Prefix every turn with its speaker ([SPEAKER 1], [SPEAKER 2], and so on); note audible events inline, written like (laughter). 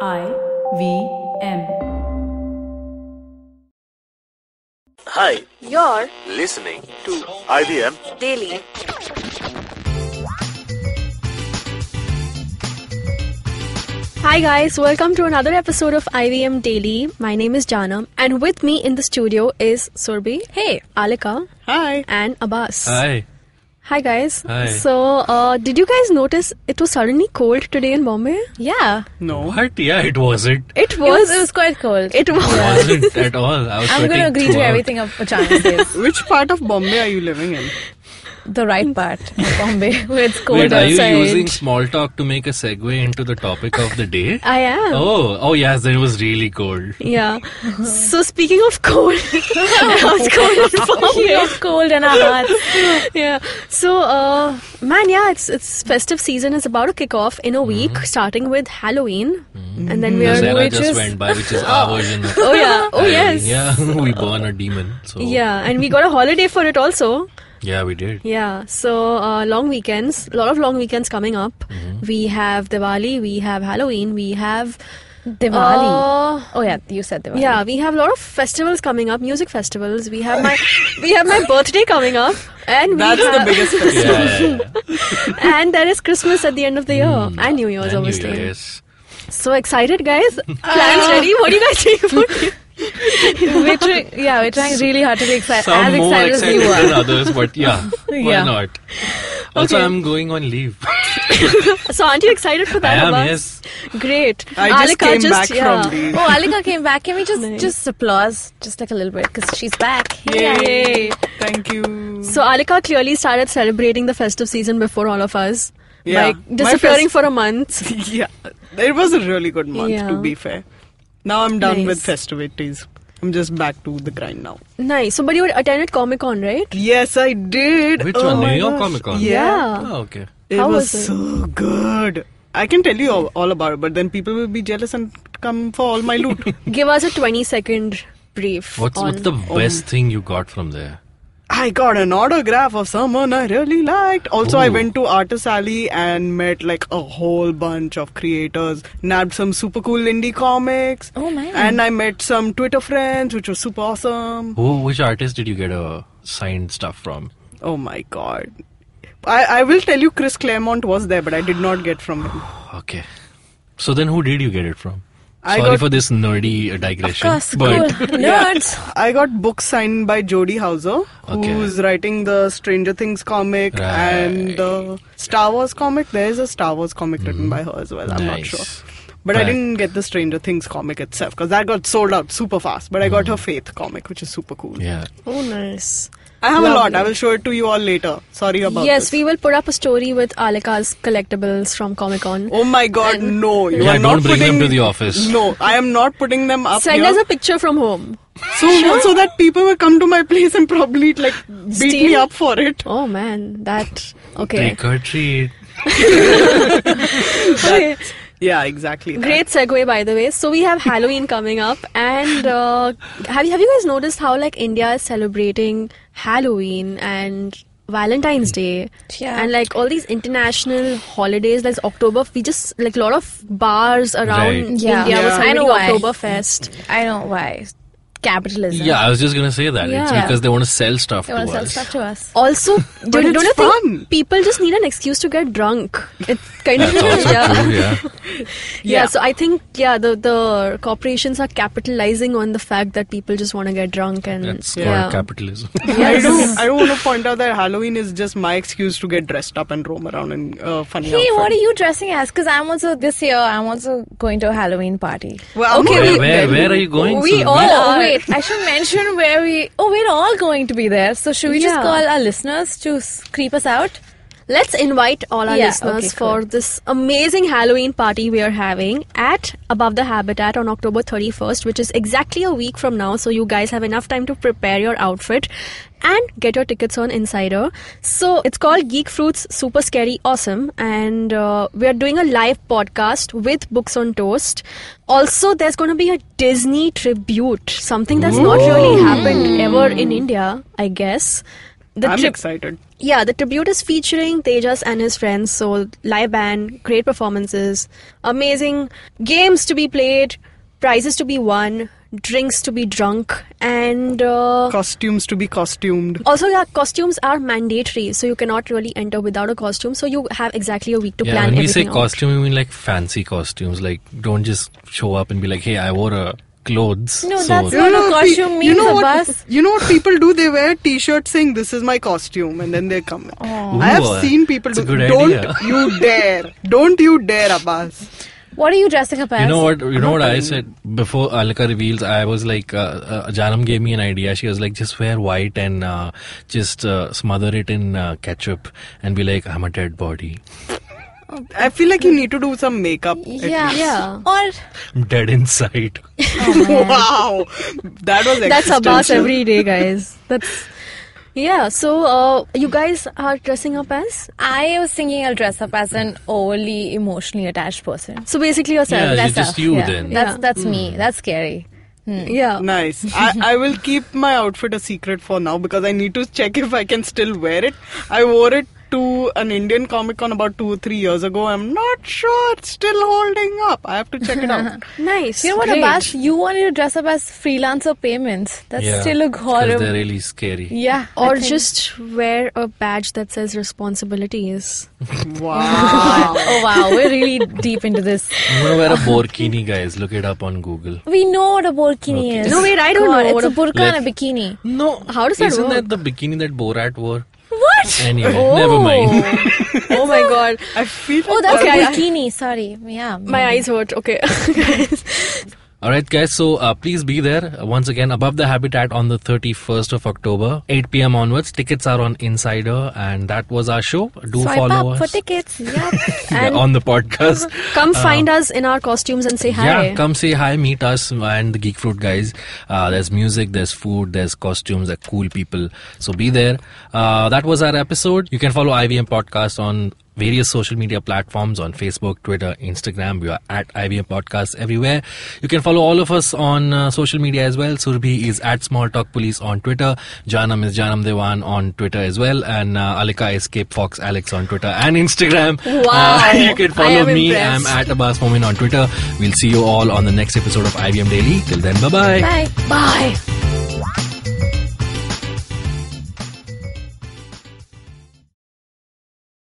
[SPEAKER 1] I V M.
[SPEAKER 2] Hi,
[SPEAKER 3] You're
[SPEAKER 2] listening to IBM.
[SPEAKER 3] daily.
[SPEAKER 4] Hi guys, welcome to another episode of IVM Daily. My name is Janam and with me in the studio is Surbi. Hey. Alika. Hi. And Abbas.
[SPEAKER 5] Hi.
[SPEAKER 4] Hi guys.
[SPEAKER 5] Hi.
[SPEAKER 4] So, uh, did you guys notice it was suddenly cold today in Bombay?
[SPEAKER 6] Yeah,
[SPEAKER 5] What? Yeah, it wasn't.
[SPEAKER 4] It
[SPEAKER 6] it was,
[SPEAKER 4] was.
[SPEAKER 6] it was quite cold.
[SPEAKER 4] It was. (laughs)
[SPEAKER 5] wasn't at all. I was
[SPEAKER 6] I'm going to
[SPEAKER 5] sweating
[SPEAKER 6] agree to
[SPEAKER 5] throughout.
[SPEAKER 6] everything of Achana says.
[SPEAKER 7] Which part of Bombay are you living in?
[SPEAKER 6] the right part
[SPEAKER 4] (laughs)
[SPEAKER 6] of Bombay, where it's cold
[SPEAKER 5] Wait, are you
[SPEAKER 6] outside.
[SPEAKER 5] using small talk to make a segue into the topic of
[SPEAKER 4] (laughs)
[SPEAKER 5] the day?
[SPEAKER 4] I am.
[SPEAKER 5] Oh, oh yes, then it was really cold.
[SPEAKER 4] Yeah. so speaking of cold, (laughs) I was cold in Bombay.
[SPEAKER 6] Uh-huh. Speaking of cold in our hearts.
[SPEAKER 4] yeah. So, uh, man, yeah, it's it's festive season is about to kick off in a week,
[SPEAKER 6] Mm-hmm.
[SPEAKER 4] starting with Halloween, and then we
[SPEAKER 5] The
[SPEAKER 4] are
[SPEAKER 5] Sarah
[SPEAKER 4] which
[SPEAKER 5] just
[SPEAKER 4] is-
[SPEAKER 5] went by, which is our version of
[SPEAKER 4] Oh
[SPEAKER 6] (laughs)
[SPEAKER 4] yeah. (laughs) Oh
[SPEAKER 5] Halloween.
[SPEAKER 4] yes.
[SPEAKER 5] Yeah, (laughs) we born a demon.
[SPEAKER 6] Oh.
[SPEAKER 5] So
[SPEAKER 4] Yeah, and we got a holiday for it also.
[SPEAKER 5] yeah, we did.
[SPEAKER 4] Yeah, so uh, long weekends, a lot of long weekends coming up.
[SPEAKER 6] Mm-hmm.
[SPEAKER 4] We have Diwali, we have Halloween, we have
[SPEAKER 6] Diwali.
[SPEAKER 4] Uh,
[SPEAKER 6] oh, yeah, you said Diwali.
[SPEAKER 4] yeah, we have a lot of festivals coming up, music festivals. We
[SPEAKER 7] (laughs)
[SPEAKER 4] have my we have my birthday coming up, and we
[SPEAKER 7] That's the
[SPEAKER 4] have-
[SPEAKER 7] biggest festival.
[SPEAKER 4] (laughs)
[SPEAKER 5] Yeah.
[SPEAKER 4] and there is Christmas at the end of the year
[SPEAKER 7] Hmm.
[SPEAKER 4] and New Year's
[SPEAKER 5] And you-
[SPEAKER 4] obviously.
[SPEAKER 5] yes.
[SPEAKER 4] So excited,
[SPEAKER 7] (laughs)
[SPEAKER 4] guys!
[SPEAKER 7] Uh.
[SPEAKER 4] Plans ready? What do you guys think? about it?
[SPEAKER 6] we're trying, yeah, we're trying really hard to be excited.
[SPEAKER 5] Some
[SPEAKER 6] as
[SPEAKER 5] more
[SPEAKER 6] excited as
[SPEAKER 5] excited
[SPEAKER 6] you
[SPEAKER 5] than
[SPEAKER 6] are.
[SPEAKER 5] others, but yeah, why
[SPEAKER 6] Yeah.
[SPEAKER 5] not? Also,
[SPEAKER 4] Okay.
[SPEAKER 5] I'm going on leave.
[SPEAKER 4] So aren't you excited
[SPEAKER 7] (laughs)
[SPEAKER 4] for
[SPEAKER 5] I
[SPEAKER 4] that?
[SPEAKER 5] am,
[SPEAKER 4] Abbas?
[SPEAKER 5] yes.
[SPEAKER 4] Great.
[SPEAKER 7] I just
[SPEAKER 4] Alika
[SPEAKER 7] came
[SPEAKER 4] just-
[SPEAKER 7] back
[SPEAKER 4] yeah.
[SPEAKER 7] from the.
[SPEAKER 6] Oh, Alika came back. Can we just
[SPEAKER 4] Nice.
[SPEAKER 6] just applause, just like a little bit, because she's back. Oh,
[SPEAKER 4] Yay.
[SPEAKER 7] Thank you.
[SPEAKER 4] So Alika clearly started celebrating the festive season before all of us
[SPEAKER 7] Yeah.
[SPEAKER 4] by
[SPEAKER 7] My
[SPEAKER 4] disappearing
[SPEAKER 7] fest-
[SPEAKER 4] for a month.
[SPEAKER 7] yeah, it was a really good month to
[SPEAKER 4] Yeah.
[SPEAKER 7] be fair. Now I'm done
[SPEAKER 4] Nice.
[SPEAKER 7] with festivities. I'm just back to the grind now.
[SPEAKER 4] Nice. So, but you attended Comic Con, right?
[SPEAKER 7] Yes, I did.
[SPEAKER 5] Which
[SPEAKER 7] Oh
[SPEAKER 5] one?
[SPEAKER 7] my
[SPEAKER 5] New York
[SPEAKER 7] gosh.
[SPEAKER 5] Comic Con?
[SPEAKER 7] Yeah,
[SPEAKER 4] Yeah.
[SPEAKER 5] Oh, okay.
[SPEAKER 7] it
[SPEAKER 4] How
[SPEAKER 7] was,
[SPEAKER 4] was it?
[SPEAKER 7] so good. I can tell you all, all about it, but then people will be jealous and come for all my loot.
[SPEAKER 4] Give us a 20 second brief.
[SPEAKER 5] What's
[SPEAKER 4] on,
[SPEAKER 5] what's the best thing you got from there?
[SPEAKER 7] I got an autograph of someone I really liked. Also, I
[SPEAKER 5] Ooh.
[SPEAKER 7] went to Artist Alley and met like a whole bunch of creators, nabbed some super cool indie comics.
[SPEAKER 6] Oh, man.
[SPEAKER 7] And I met some Twitter friends, which was super awesome.
[SPEAKER 5] Who, which artist did you get a signed stuff from?
[SPEAKER 7] Oh my god. I, I will tell you, Chris Claremont was there, but I did not get from
[SPEAKER 6] (laughs)
[SPEAKER 7] him.
[SPEAKER 5] Okay. So then, who did you get it from?
[SPEAKER 7] I
[SPEAKER 5] Sorry
[SPEAKER 7] got-
[SPEAKER 5] for this nerdy uh, digression,
[SPEAKER 6] Of course,
[SPEAKER 5] but
[SPEAKER 6] cool. (laughs) Nerds.
[SPEAKER 7] I got books signed by Jody Hauser,
[SPEAKER 5] Okay.
[SPEAKER 7] who's writing the Stranger Things comic and the Star Wars comic. There's a Star Wars comic written by her as well. I'm not
[SPEAKER 5] Mm-hmm. Nice.
[SPEAKER 7] sure. But I
[SPEAKER 5] Right.
[SPEAKER 7] didn't get the Stranger Things comic itself because that got sold out super fast. But I got her Faith comic, which is super cool.
[SPEAKER 5] yeah,
[SPEAKER 4] Oh, nice.
[SPEAKER 7] I have a lot.
[SPEAKER 4] Lovely.
[SPEAKER 7] I will show it to you all later. Sorry about
[SPEAKER 4] Yes,
[SPEAKER 7] this.
[SPEAKER 4] we will put up a story with Alika's collectibles from Comic Con.
[SPEAKER 7] Oh my God! No, you
[SPEAKER 5] Yeah,
[SPEAKER 7] are not
[SPEAKER 5] don't bring them
[SPEAKER 7] putting-
[SPEAKER 5] to the office.
[SPEAKER 7] No, I am not putting them up
[SPEAKER 4] Send
[SPEAKER 7] here.
[SPEAKER 4] us a picture from home.
[SPEAKER 7] so, so that people will come to my place and probably like beat me
[SPEAKER 4] Steal?
[SPEAKER 7] up for it.
[SPEAKER 4] Oh man, that okay.
[SPEAKER 5] trick or treat.
[SPEAKER 4] okay.
[SPEAKER 7] Yeah, exactly. that.
[SPEAKER 4] Great segue, by the way. So we have Halloween coming up, and uh, have you have you guys noticed how like India is celebrating Halloween and Valentine's Day,
[SPEAKER 6] Yeah.
[SPEAKER 4] and like all these international holidays, like October, we just like a lot of bars around
[SPEAKER 5] Right.
[SPEAKER 6] Yeah.
[SPEAKER 4] India were
[SPEAKER 7] Yeah.
[SPEAKER 6] I know
[SPEAKER 4] celebrating
[SPEAKER 6] why.
[SPEAKER 4] Oktoberfest.
[SPEAKER 6] I know why. Capitalism.
[SPEAKER 5] Yeah, I was just gonna say that. It's
[SPEAKER 4] Yeah.
[SPEAKER 5] because they want to sell stuff
[SPEAKER 6] They
[SPEAKER 5] to
[SPEAKER 6] want to sell
[SPEAKER 5] us.
[SPEAKER 6] stuff to us. (laughs)
[SPEAKER 4] Also, do,
[SPEAKER 7] it's
[SPEAKER 4] don't you
[SPEAKER 7] fun.
[SPEAKER 4] think people just need an excuse to get drunk? It kind of
[SPEAKER 5] That's also
[SPEAKER 4] (laughs) yeah.
[SPEAKER 5] true. Yeah,
[SPEAKER 4] Yeah.
[SPEAKER 7] Yeah.
[SPEAKER 4] so I think yeah, the the corporations are capitalizing on the fact that people just want to get drunk and
[SPEAKER 5] that's
[SPEAKER 4] yeah.
[SPEAKER 5] called
[SPEAKER 4] (laughs)
[SPEAKER 5] capitalism.
[SPEAKER 7] I do. I do want to point out that Halloween is just my excuse to get dressed up and roam around in uh, funny
[SPEAKER 6] Hey,
[SPEAKER 7] outfits.
[SPEAKER 6] what are you dressing as? Because I'm also this year. I'm also going to a Halloween party.
[SPEAKER 7] Well, I'm
[SPEAKER 4] Okay,
[SPEAKER 7] not
[SPEAKER 4] we-
[SPEAKER 5] where, where, where are you going?
[SPEAKER 4] we
[SPEAKER 5] Surbi?
[SPEAKER 4] all
[SPEAKER 6] Oh,
[SPEAKER 4] are.
[SPEAKER 6] wait, I should mention where we. Oh, we're all going to be there. So should we just
[SPEAKER 4] Yeah.
[SPEAKER 6] call our listeners to s- creep us out?
[SPEAKER 4] Let's invite all our
[SPEAKER 6] Yeah,
[SPEAKER 4] listeners
[SPEAKER 6] okay,
[SPEAKER 4] for
[SPEAKER 6] cool.
[SPEAKER 4] this amazing Halloween party we are having at Above the Habitat on October 31st, which is exactly a week from now. So you guys have enough time to prepare your outfit and get your tickets on Insider. So it's called Geek Fruits Super Scary Awesome, and uh, we are doing a live podcast with Books on Toast. Also, there's going to be a Disney tribute, something that's not really happened ever in India, I guess. The
[SPEAKER 7] I'm
[SPEAKER 4] trip-
[SPEAKER 7] excited.
[SPEAKER 4] Yeah, the tribute is featuring Tejas and his friends. So live band, great performances, amazing games to be played, prizes to be won, drinks to be drunk, and uh,
[SPEAKER 7] Costumes to be costumed.
[SPEAKER 4] also yeah, costumes are mandatory. So you cannot really enter without a costume. So you have exactly a week to
[SPEAKER 5] Yeah,
[SPEAKER 4] plan
[SPEAKER 5] when we say
[SPEAKER 4] everything out.
[SPEAKER 5] costume, we mean like fancy costumes. Like, don't just show up and be like, "Hey, I wore a clothes."
[SPEAKER 6] No,
[SPEAKER 5] so
[SPEAKER 6] that's
[SPEAKER 7] No,
[SPEAKER 6] not a
[SPEAKER 7] no,
[SPEAKER 6] costume
[SPEAKER 7] pe-
[SPEAKER 6] means
[SPEAKER 7] you know
[SPEAKER 6] a
[SPEAKER 7] what,
[SPEAKER 6] bus.
[SPEAKER 7] You know what people do? They wear T-shirts saying "This is my costume," and then they come. in.
[SPEAKER 6] Oh.
[SPEAKER 7] I
[SPEAKER 5] Ooh,
[SPEAKER 7] have seen people
[SPEAKER 5] it's
[SPEAKER 7] do.
[SPEAKER 5] a good
[SPEAKER 7] don't
[SPEAKER 5] idea."
[SPEAKER 7] you dare! Don't you dare, Abbas!
[SPEAKER 6] What are you dressing up as?
[SPEAKER 5] You know what? You know what I said before Alka reveals. I was like, uh, uh, Janam gave me an idea. She was like, just wear white and uh, just uh, smother it in uh, ketchup and be like, I'm a dead body,
[SPEAKER 7] I feel like you need to do some makeup. at
[SPEAKER 6] Yeah,
[SPEAKER 7] least.
[SPEAKER 4] Yeah.
[SPEAKER 6] Or
[SPEAKER 5] I'm
[SPEAKER 4] (laughs)
[SPEAKER 5] dead inside.
[SPEAKER 7] (laughs) wow, that was
[SPEAKER 4] That's Abbas
[SPEAKER 7] existential.
[SPEAKER 4] every day,
[SPEAKER 5] (laughs)
[SPEAKER 4] guys. That's yeah. So uh, you guys are dressing up as
[SPEAKER 6] I was thinking I'll dress up as an overly emotionally attached person.
[SPEAKER 4] so basically
[SPEAKER 5] Yeah,
[SPEAKER 4] yourself.
[SPEAKER 5] you
[SPEAKER 6] That's
[SPEAKER 5] just
[SPEAKER 6] tough.
[SPEAKER 5] you
[SPEAKER 6] Yeah.
[SPEAKER 5] then. Hmm.
[SPEAKER 6] That's
[SPEAKER 4] Yeah.
[SPEAKER 6] that's me. That's scary. Mm.
[SPEAKER 4] yeah.
[SPEAKER 7] Nice. I, I will keep my outfit a secret for now because I need to check if I can still wear it. I wore it to an Indian Comic Con about two or three years ago. I'm not sure. It's still holding up. I have to check it out.
[SPEAKER 6] (laughs)
[SPEAKER 4] Nice.
[SPEAKER 6] You know what,
[SPEAKER 4] Great.
[SPEAKER 6] Abbas? You wanted to dress up as freelancer payments. That's
[SPEAKER 5] Yeah.
[SPEAKER 6] still a
[SPEAKER 5] 'Cause
[SPEAKER 6] horrible.
[SPEAKER 5] They're really scary.
[SPEAKER 6] yeah. I
[SPEAKER 4] Or
[SPEAKER 6] think-
[SPEAKER 4] just wear a badge that says
[SPEAKER 6] (laughs)
[SPEAKER 4] responsibilities.
[SPEAKER 7] Wow.
[SPEAKER 6] Oh wow,
[SPEAKER 5] (laughs)
[SPEAKER 6] we're really deep into this.
[SPEAKER 5] I'm gonna wear a borkini, guys. Look it up on Google.
[SPEAKER 6] We know what a burkini
[SPEAKER 5] Okay.
[SPEAKER 6] is.
[SPEAKER 4] No, wait, I don't
[SPEAKER 6] God,
[SPEAKER 4] know what
[SPEAKER 6] It's a
[SPEAKER 4] a-
[SPEAKER 6] burqa and a
[SPEAKER 5] Let's-
[SPEAKER 6] bikini.
[SPEAKER 5] No,
[SPEAKER 4] How does that
[SPEAKER 5] Isn't
[SPEAKER 4] work?
[SPEAKER 5] that the bikini that Borat wore?
[SPEAKER 6] What?
[SPEAKER 5] Anyway,
[SPEAKER 4] (laughs) Oh.
[SPEAKER 5] never mind.
[SPEAKER 4] oh my god.
[SPEAKER 7] I feel like
[SPEAKER 6] Oh, that's
[SPEAKER 4] Okay,
[SPEAKER 6] a
[SPEAKER 4] I-
[SPEAKER 6] bikini. Sorry. Yeah.
[SPEAKER 4] My eyes hurt. Okay. (laughs) Guys.
[SPEAKER 5] All right, guys. So uh, please be there once again above the habitat on the 31st of October, 8 p.m. onwards. Tickets are on Insider, and that was our show. Do
[SPEAKER 6] Swipe
[SPEAKER 5] follow
[SPEAKER 6] up
[SPEAKER 5] us
[SPEAKER 6] for
[SPEAKER 5] (laughs)
[SPEAKER 6] tickets. Yep.
[SPEAKER 5] Yeah,
[SPEAKER 4] And-
[SPEAKER 5] on the
[SPEAKER 6] (laughs)
[SPEAKER 5] podcast.
[SPEAKER 4] Come find us in our costumes and say hi.
[SPEAKER 5] (laughs) Yeah, come say hi, meet us and the Geek Fruit guys. Uh, there's music, there's food, there's costumes, there are cool people. So be there. Uh, that was our episode. You can follow IVM Podcast on various social media platforms on Facebook, Twitter, Instagram. We are at IVM Podcast everywhere. You can follow all of us on uh, social media as well. Surbhi is at Small Talk Police on Twitter. Janam is Janam Devan on Twitter as well. And uh, Alika is Cape Fox Alex on Twitter and Instagram.
[SPEAKER 4] Wow.
[SPEAKER 5] Uh, (laughs) you can
[SPEAKER 4] I
[SPEAKER 5] follow
[SPEAKER 4] am
[SPEAKER 5] me.
[SPEAKER 4] impressed.
[SPEAKER 5] I'm at Abbas Momin on Twitter. We'll see you all on the next episode of IBM Daily. Till then, bye bye.
[SPEAKER 6] Bye.
[SPEAKER 4] Bye.